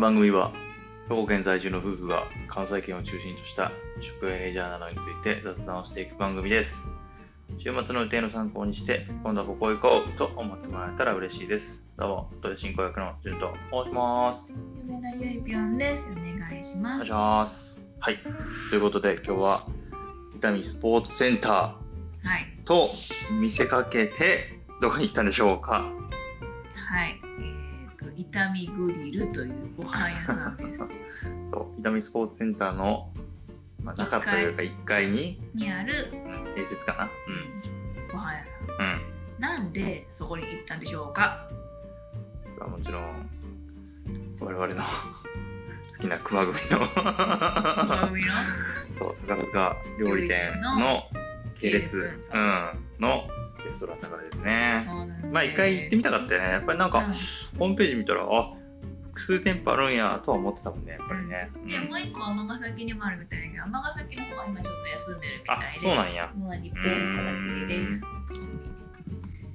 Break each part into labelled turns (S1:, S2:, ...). S1: 番組は兵庫県在住の夫婦が関西圏を中心とした食やレジャーなどについて雑談をしていく番組です週末の予定の参考にして今度はここへ行こうと思ってもらえたら嬉しいですどうも豊進行役の潤と申します
S2: 嫁のゆいぴょんです。お願いし
S1: お願
S2: ま
S1: いし
S2: す。
S1: ますはいということで今日は伊丹スポーツセンタ
S2: はい。
S1: ーと見せかけてどこに行ったんでしょうか
S2: はい。えっ、と、伊丹グリルというご飯屋さ んです。
S1: そう伊丹スポーツセンターの、まあ、中というか1階に
S2: にある
S1: うん併設かな
S2: ご飯屋さ
S1: うんうん
S2: ん。なんで、そこに行ったんでしょ うか。
S1: はもちろん我々の 好きな熊組 の
S2: 組の
S1: そう宝塚料理店の系列
S2: 系列
S1: うんのレストランだからですね
S2: そうなんです
S1: まあ一回行ってみたかったよねやっぱりなんか、ホームページ見たらあ複数店舗あるんやとは思ってたもんねやっぱりね、
S2: うんで、もう一個尼崎にもあるみたいだけど、尼崎の方は今ちょっと休んでるみ
S1: あ
S2: たいで。
S1: そうなんや
S2: もう日本からです。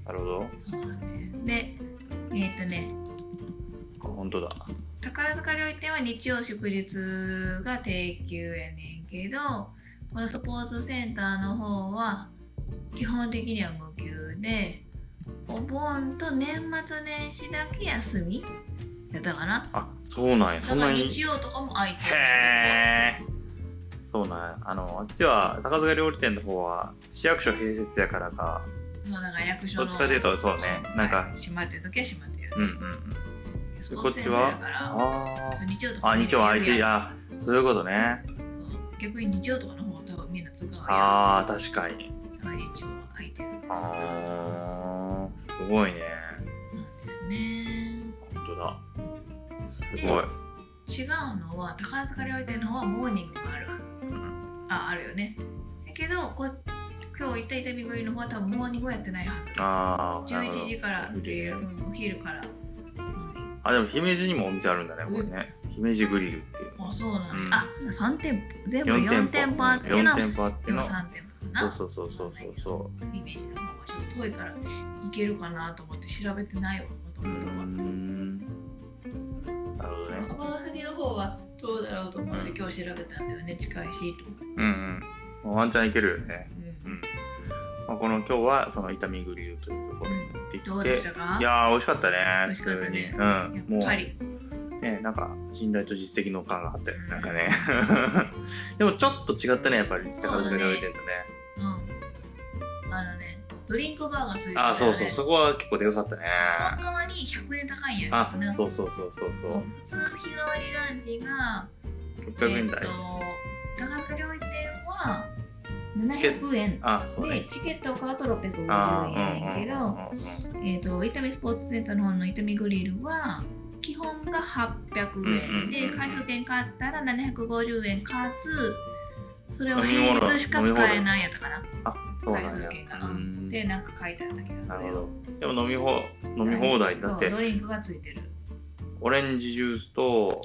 S1: なるほど
S2: そうなんです。で、えっ、とね、
S1: 本当だ
S2: 宝塚料理店は日曜祝日が定休やねんけどこのスポーツセンターの方は基本的には無休でお盆と年末年始だけ休みやったかな
S1: あそうなんやそ
S2: だ
S1: ん
S2: か
S1: な
S2: ら
S1: に
S2: 日曜とかも空いてる
S1: へえそうなんやあのあっちは高塚料理店の方は市役所併設やからか
S2: そうだから役所
S1: ど
S2: の
S1: っちかというとそうねなんか
S2: 閉まってる時は閉まってる
S1: うんうんうん
S2: スポーツセンターやから
S1: あ
S2: そう日曜と
S1: あ
S2: か
S1: あ日曜空いて
S2: や
S1: あそういうことね
S2: 逆に日曜とかの方は多分みんな通過が
S1: ああ確かに
S2: やるから日曜は空いてるんです
S1: あーすごいね
S2: なんですね
S1: 本当だすごい
S2: 違うのは宝塚料理店の方はモーニングがあるはず
S1: うん
S2: ああるよねだけどこ今日行った痛み食いの方は多分モーニングはやってないはず
S1: ああ
S2: 11時からっていう、うんお昼から、うん
S1: あでも姫路にもお店あるんだねこれね姫路グリルっていう
S2: あそうなんだ、
S1: うん
S2: あ3店舗全部
S1: 四
S2: 4店舗あっての
S1: 4
S2: で
S1: 店舗あって
S2: も
S1: の
S2: 3店舗か
S1: そう
S2: な
S1: そうそうそうそうそう
S2: イメージの方はちょっと遠いから行けるかなと思って調べてないわもと
S1: うー
S2: もとは
S1: んなるほどね。
S2: 尼崎の方はどうだろうと思って今日調べたんだよね近いしと思って、
S1: うん、うん。ワンチャンいけるよね。
S2: う
S1: うんん。まあ、この今日はその伊丹グリルというところに行ってきて、
S2: どうでしたか
S1: いやー美味しかったね。
S2: 美味しかった
S1: 普
S2: ね
S1: 通にうん。
S2: や
S1: も
S2: っぱり
S1: うねなんか信頼と実績の感があったよねなんかね。 でもちょっと違ったねやっぱり
S2: そうだ
S1: 宝
S2: ね
S1: 塚料理店とね。
S2: うんあのねドリンクバーがついてるよね
S1: あーそうそうそこは結構でよかったね。
S2: その代わり100円高いんや
S1: あ
S2: ね
S1: そうそうそうそうそ
S2: そう
S1: う。
S2: 普通の日替わりランチが
S1: 600円
S2: えっ
S1: 台
S2: と。高塚料理店は700円
S1: あそう
S2: で
S1: ね。
S2: チケットを買うと650円
S1: あ
S2: やねんけど
S1: ーうんうんうんうん
S2: えっと伊丹スポーツセンターの方の伊丹グリルは基本が800円
S1: うん
S2: で
S1: うんうん
S2: 回数券買ったら750円かつそれを
S1: 飲み物
S2: 平日しか使えないやったかな
S1: そうなん
S2: 回数
S1: や
S2: 券か
S1: う
S2: なんでなんか書いてあった気
S1: な
S2: がす
S1: る
S2: る
S1: ほど。でも飲み放飲み放題だっ
S2: そうド
S1: て、
S2: リンクがついてる
S1: オレンジジュースと、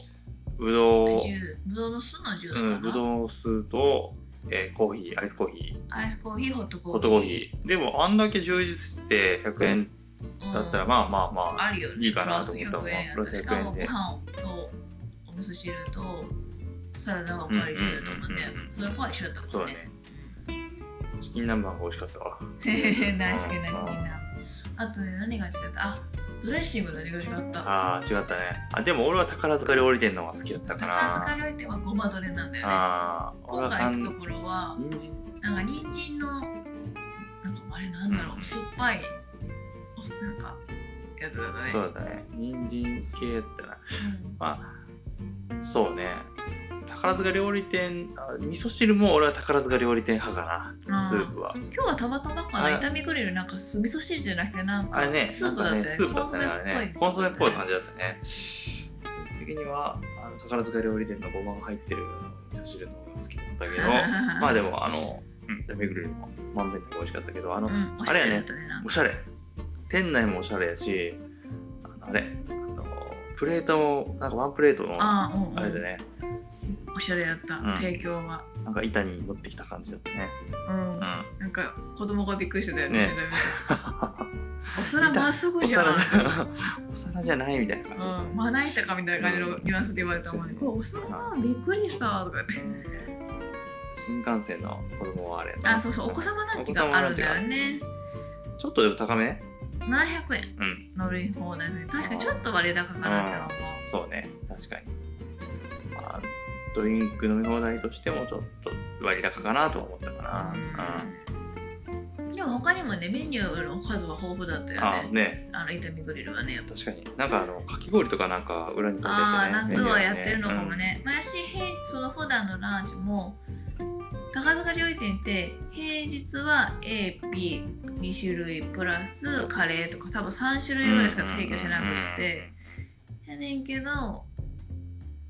S1: ぶどう、
S2: ジューぶどうの酢のジュース
S1: う
S2: か
S1: ん、ぶ
S2: な、
S1: どう酢と、えーコーヒー、アイスコーヒ
S2: アイスコーヒーホット
S1: ー、
S2: コ
S1: ホ
S2: ー
S1: ッ
S2: ヒー
S1: トコーヒー。でも、あんだけ充実して100円だったら、
S2: うん
S1: まあまあまあ、
S2: あるよね
S1: いいかなと思った
S2: プ
S1: わ
S2: ラス100円や
S1: プ
S2: っ
S1: ラ
S2: た
S1: ス100円で
S2: しかもご飯とお味噌汁とサラダがおかわりしてると思うね
S1: うんうんうんうん
S2: それも一緒だった
S1: そう
S2: も
S1: だ
S2: んね
S1: ね。チキン南蛮が美味しかったわ。
S2: 大好きな好きなあとね何が違ったあドレッシングの味が違った
S1: ああ、違ったね。あ、でも俺は宝塚料理店の方が好きだったか
S2: 宝
S1: な。
S2: 塚料理店はごまドレなんだよね
S1: ああ、俺
S2: 今
S1: は
S2: 回
S1: 完
S2: 行くところは
S1: 人参
S2: なんか人参のなんかあれなんだろう酸っぱいおなんかやつだったね
S1: そうだね。人参系だったな。
S2: うん
S1: まあ、そうね。宝塚料理店、あ味噌汁も俺は宝塚料理店派かな、
S2: あ
S1: ス
S2: ー
S1: ープは。
S2: 今日はたまたまか
S1: あ
S2: な
S1: れ
S2: 炒めグリルなんかす味噌汁じゃなくてなんか
S1: あれね、
S2: ス
S1: な
S2: ー
S1: ん
S2: プだ
S1: か
S2: った
S1: ね、
S2: ね
S1: スープだったね、あれね。コンソメっぽい感じだったね。的にはあの宝塚料理店のごまが入ってるあの味噌汁の方が好きだった けど、まあでも、あの、うん、炒めグリルもまんべんなく美味しかったけど、あの、
S2: うん、
S1: あれやね
S2: おしゃだったねなんか
S1: おしゃれ。店内もおしゃれやし、あのあれ、あのプレートも、なんかワンプレートの、あ
S2: ああ、うんうん、
S1: れでね、
S2: おしゃれだった、
S1: うん
S2: 提供は
S1: なんか板に持ってきた感じだったね。
S2: うん、
S1: うん
S2: なんか子供がびっくりしてたよね
S1: ね確
S2: お皿まっすぐ
S1: お
S2: じゃん
S1: 皿。だ お皿じゃないみたいな感
S2: うん、まな板かみたいな感じのニュアンスで言われたもんね。これお皿びっくりしたとかって。
S1: じ、新幹線の子供はあれやな
S2: あ、そうそう、お子様ランチがあるんだよね。
S1: ちょっとでも高め
S2: 700円
S1: うん
S2: 乗り放題ですね。確かにちょっと割高かなって思う。
S1: そうね確かにまあドリンク飲み放題としてもちょっと割高かなとは思ったかな、うん
S2: でも他にもね、メニューの数は豊富だったよ
S1: あ
S2: ね。
S1: ね
S2: あの痛みグリルはね、やっぱ。
S1: 確かになんかあのかき氷とかなんか裏に立ててね
S2: ああ、夏はやってるのか
S1: メ
S2: も
S1: ニュー
S2: ね。毎日平その普段のランチも、高塚料理店って平日は A、B、2種類プラスカレーとか多分3種類ぐらいしか提供しなくて、やねんけど、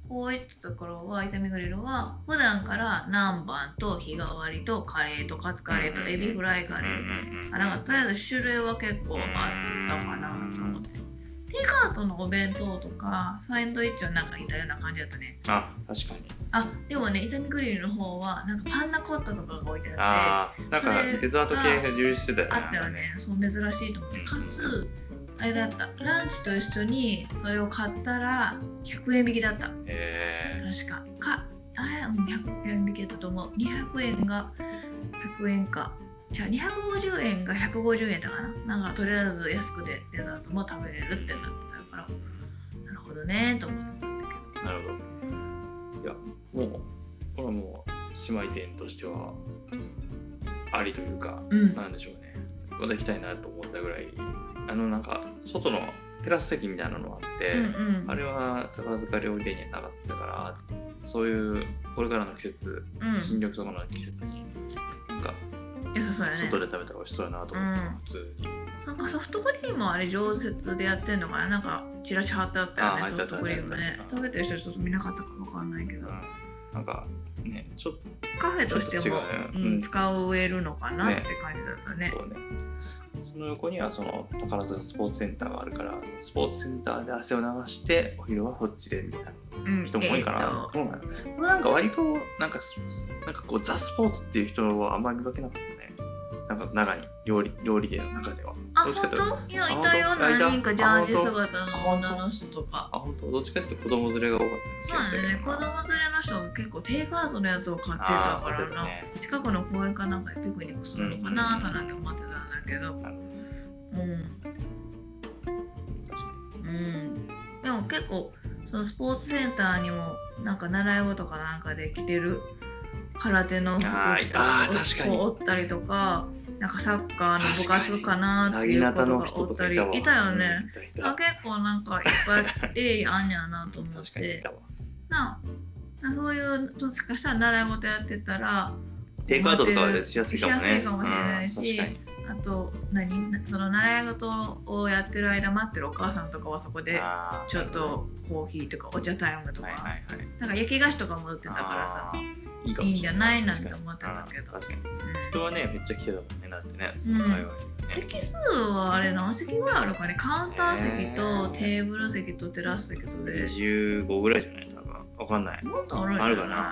S2: こういったところは、炒めグリルは、普段から南蛮と日替わりとカレーとカツカレーとエビフライカレ
S1: うん
S2: ー
S1: うんうん
S2: あなんかとりあえず種類は結構あったかなと思って。テイクアウトのお弁当とかサンドイッチはなんか似たような感じだったね。
S1: あ確かに
S2: あでもね、炒みグリルの方はなんかパンナコッタとかが置いてあって、
S1: ああなんか
S2: それ
S1: デザート系が充実してたよね
S2: あったよね、そう珍しいと思って。かつ、あれだった、ランチと一緒にそれを買ったら100円引きだった。
S1: え
S2: 確か。か、あうん100円引きだったと思う。200円が100円か。じゃあ250円が150円だかな。なんかとりあえず安くてデザートも食べれるってなってたから、なるほどねと思ってたんだけ
S1: ー、
S2: ど。
S1: なるほどいやもうこれはもう姉妹店としてはありというか
S2: うん。
S1: なんでしょうねまた行きたいなと思ったぐらいあのなんか外のテラス席みたいなのがあって、
S2: うんうん
S1: あれは宝塚料理店にはなかったからそういうこれからの季節新
S2: う
S1: 緑とかの季節になんか
S2: ん。良さそうやね
S1: 外。で食べたら美味しそうやなと思った、
S2: うん
S1: 普通に
S2: なんかソフトクリームはあれ常設でやってんのかななんかチラシ貼ってあったよね
S1: あ、
S2: ソフトクリームね
S1: あ。ったあった
S2: 食べてる人ちょっと見なかったかわかんないけど。
S1: なんかねちょっ
S2: カフェとしても
S1: ちょっと違うね
S2: う
S1: うん
S2: ん、使えるのかなって感じだったね。
S1: とねその横にはその宝塚スポーツセンターがあるからスポーツセンターで汗を流してお昼はこっちでみたいな
S2: うん
S1: 人も多いかな、
S2: え
S1: どうなのこれなんか割となんかすなんかこうザ・スポーツっていう人はあんまり見かけなかったねなんか中に料理料理での中では
S2: ーとあ、
S1: どっちかというと
S2: 本当いや、
S1: あ
S2: いたよ、
S1: 本当あいた
S2: 何人かジャージ
S1: あ本当
S2: 姿の女の人とか。
S1: あ本当どっちかっていうと子供連れが多かった
S2: そうだね、子供連れの人が結構テイクアウトのやつを買ってたからな。近くの公園かなんかでピクニックするのかなとなんて思ってたんだけど。
S1: なる
S2: うん。うん。でも結構、そのスポーツセンターにも、なんか習い事かなんかで着てる空手の服
S1: あー
S2: 着
S1: あ
S2: た
S1: ー確かに
S2: 子おったりとか、なんかサッカーの部活かな
S1: な
S2: って
S1: ぎ
S2: いう
S1: な
S2: 子
S1: た
S2: と
S1: の
S2: か
S1: 人
S2: お
S1: と
S2: った
S1: か
S2: り、
S1: いたわ
S2: いたよね。、
S1: うんいたいた
S2: あ結構なんかいっぱ い例あんねやなと思っ
S1: 確かにい
S2: て
S1: たわ
S2: なあそういうもしかしたら習い事やってたら
S1: テイクアウトとかはしやすいかもね
S2: しやすいかもしれないし
S1: うん確かに
S2: あと何その習い事をやってる間待ってるお母さんとかはそこで
S1: あー
S2: ちょっとコーヒーとかお茶タイムとか、
S1: はいはいはい
S2: なんか焼き菓子とかも売ってたからさ、
S1: あーいいかもしれ
S2: いいんじゃないなんて思ってたけど
S1: 確かに
S2: うん
S1: 人はねめっちゃ来てたもんねだってねそ
S2: うん
S1: の界隈にね
S2: 席数はあれ何席ぐらいあるかねカウンター席と
S1: ね
S2: テーブル席とテラス席とで
S1: 25ぐらいじゃない多分わかんない
S2: もっとあるんじゃ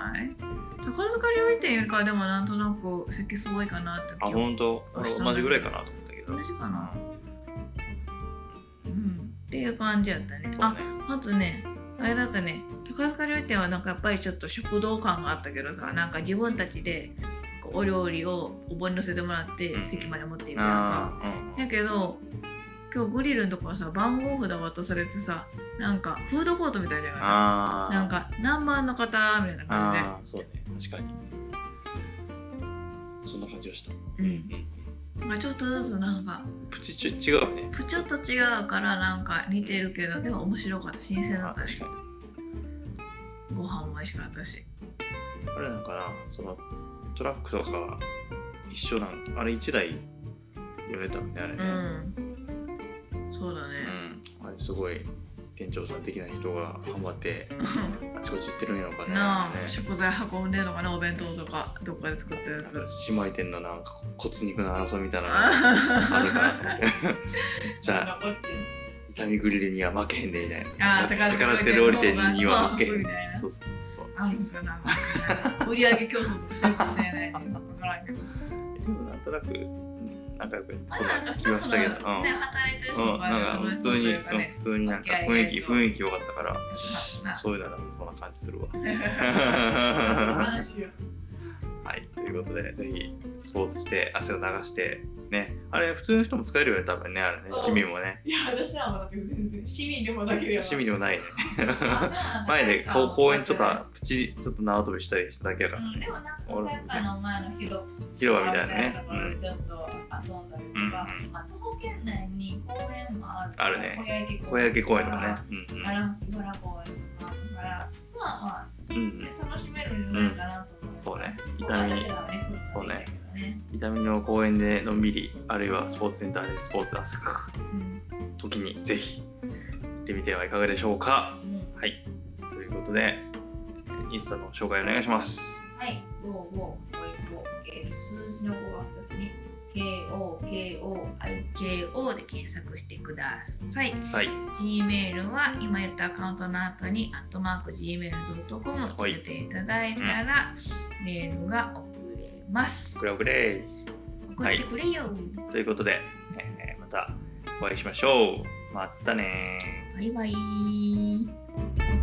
S1: あ
S2: ない
S1: るかな
S2: 宝塚料理店よりかはでもなんとなく席数多いかなって
S1: あ
S2: 気は
S1: 本当
S2: 明日の
S1: 同じぐらいかなと思ったけど
S2: 同じかな、うん、っていう感じやったね
S1: そう
S2: あ
S1: ね
S2: あとねあれだったね宝塚料理店はなんかやっぱりちょっと食堂感があったけどさなんか自分たちでこうお料理をお盆に乗せてもらっ
S1: うん
S2: て席まで持っていくやんか
S1: あーうん
S2: やけど今日グリルのとこはさ番号札渡されてさなんかフードコートみたいだよね
S1: あー
S2: なんか何番の方みたいな感じで
S1: あーそうね確かにそんな感じがした
S2: うんまあ、ちょっとずつなんか
S1: プチちょ違うね
S2: ちょっと違うからなんか似てるけどでも面白かった新鮮だ
S1: あ
S2: った
S1: 確
S2: ね
S1: かに
S2: ご飯も美味しかったし
S1: あれなのかなそのトラックとか一緒なんあれ1台寄れたんであれね
S2: うんそうだ
S1: う
S2: ね、
S1: ん、あれすごい店長さん的な人が頑張ってあちこち行ってるんやろかね
S2: なあ、
S1: ね
S2: 食材運んでるのかなお弁当とかどっかで作ったやつ
S1: 姉妹店のなんか骨肉の争いみたいなのがあるかなと
S2: あ
S1: 思ってじゃあ
S2: こっち
S1: 痛みグリルには負けへんでみたいな
S2: あー宝塚
S1: 宝塚料理店には負けへ
S2: そうんみたいな
S1: そうそうそう
S2: あんのかな売り上げ競争とかしてるかもしれないね分からんけど
S1: でもなんとなくうん仲良くやって
S2: ま
S1: そう
S2: だなん
S1: な
S2: かス
S1: 気
S2: タッ
S1: が
S2: フ
S1: し
S2: の
S1: たけど、
S2: ね、
S1: うん、うん、
S2: 働いてる人の場合
S1: なん
S2: は
S1: か
S2: 楽
S1: 普
S2: し
S1: 通
S2: そうと
S1: に、
S2: いうか
S1: うん
S2: ね。
S1: 普通になんか
S2: 和気あい
S1: 雰囲
S2: あい
S1: 気
S2: と
S1: 雰囲気良かったから、
S2: な
S1: そういうのはなんかそんな感じするわ。は
S2: 楽しいよ
S1: い、ということで、ぜひスポーツして汗を流して、ね、あれ普通の人も使えるよね、多分ね、あれね、
S2: そう
S1: 市民もね。
S2: いや、私らもだって全然、市民でもだけでは。
S1: 趣味でもないね。 前
S2: 前
S1: でこう公園ちょっとプチちょっと縄跳びしたりしただけだから、
S2: うん、でもなんかその体育館の前の広場
S1: 広場みたいなね
S2: ところでちょっと遊んだりとか、まあ、徒歩圏内に公園もある
S1: あるね
S2: 小焼
S1: うん、小焼け公園とかね
S2: ね。奈良奈良公園とかあるからまあま
S1: うんうん、う
S2: あ、
S1: ん
S2: ね、楽しめるんじゃないかなと思う、
S1: うん、そうね伊丹
S2: 私らはね来るといいんだけどね
S1: 伊丹の公園でのんびりあるいはスポーツセンターでスポーツ汗かく
S2: うん
S1: 時にぜひ行ってみてはいかがでしょうか
S2: うん
S1: はいということでインスタの紹介お願いします
S2: はい、5、5、5、えー数字の5は2つに KOKOIKO で検索してください。
S1: はい
S2: Gmail は今言ったアカウントの後に、アットマーク Gmail.com をつけていただいたら、メールが送れます
S1: く。れおくれ
S2: 送ってくれよ。
S1: ということで、えーまたお会いしましょうまたねー
S2: バイバイ。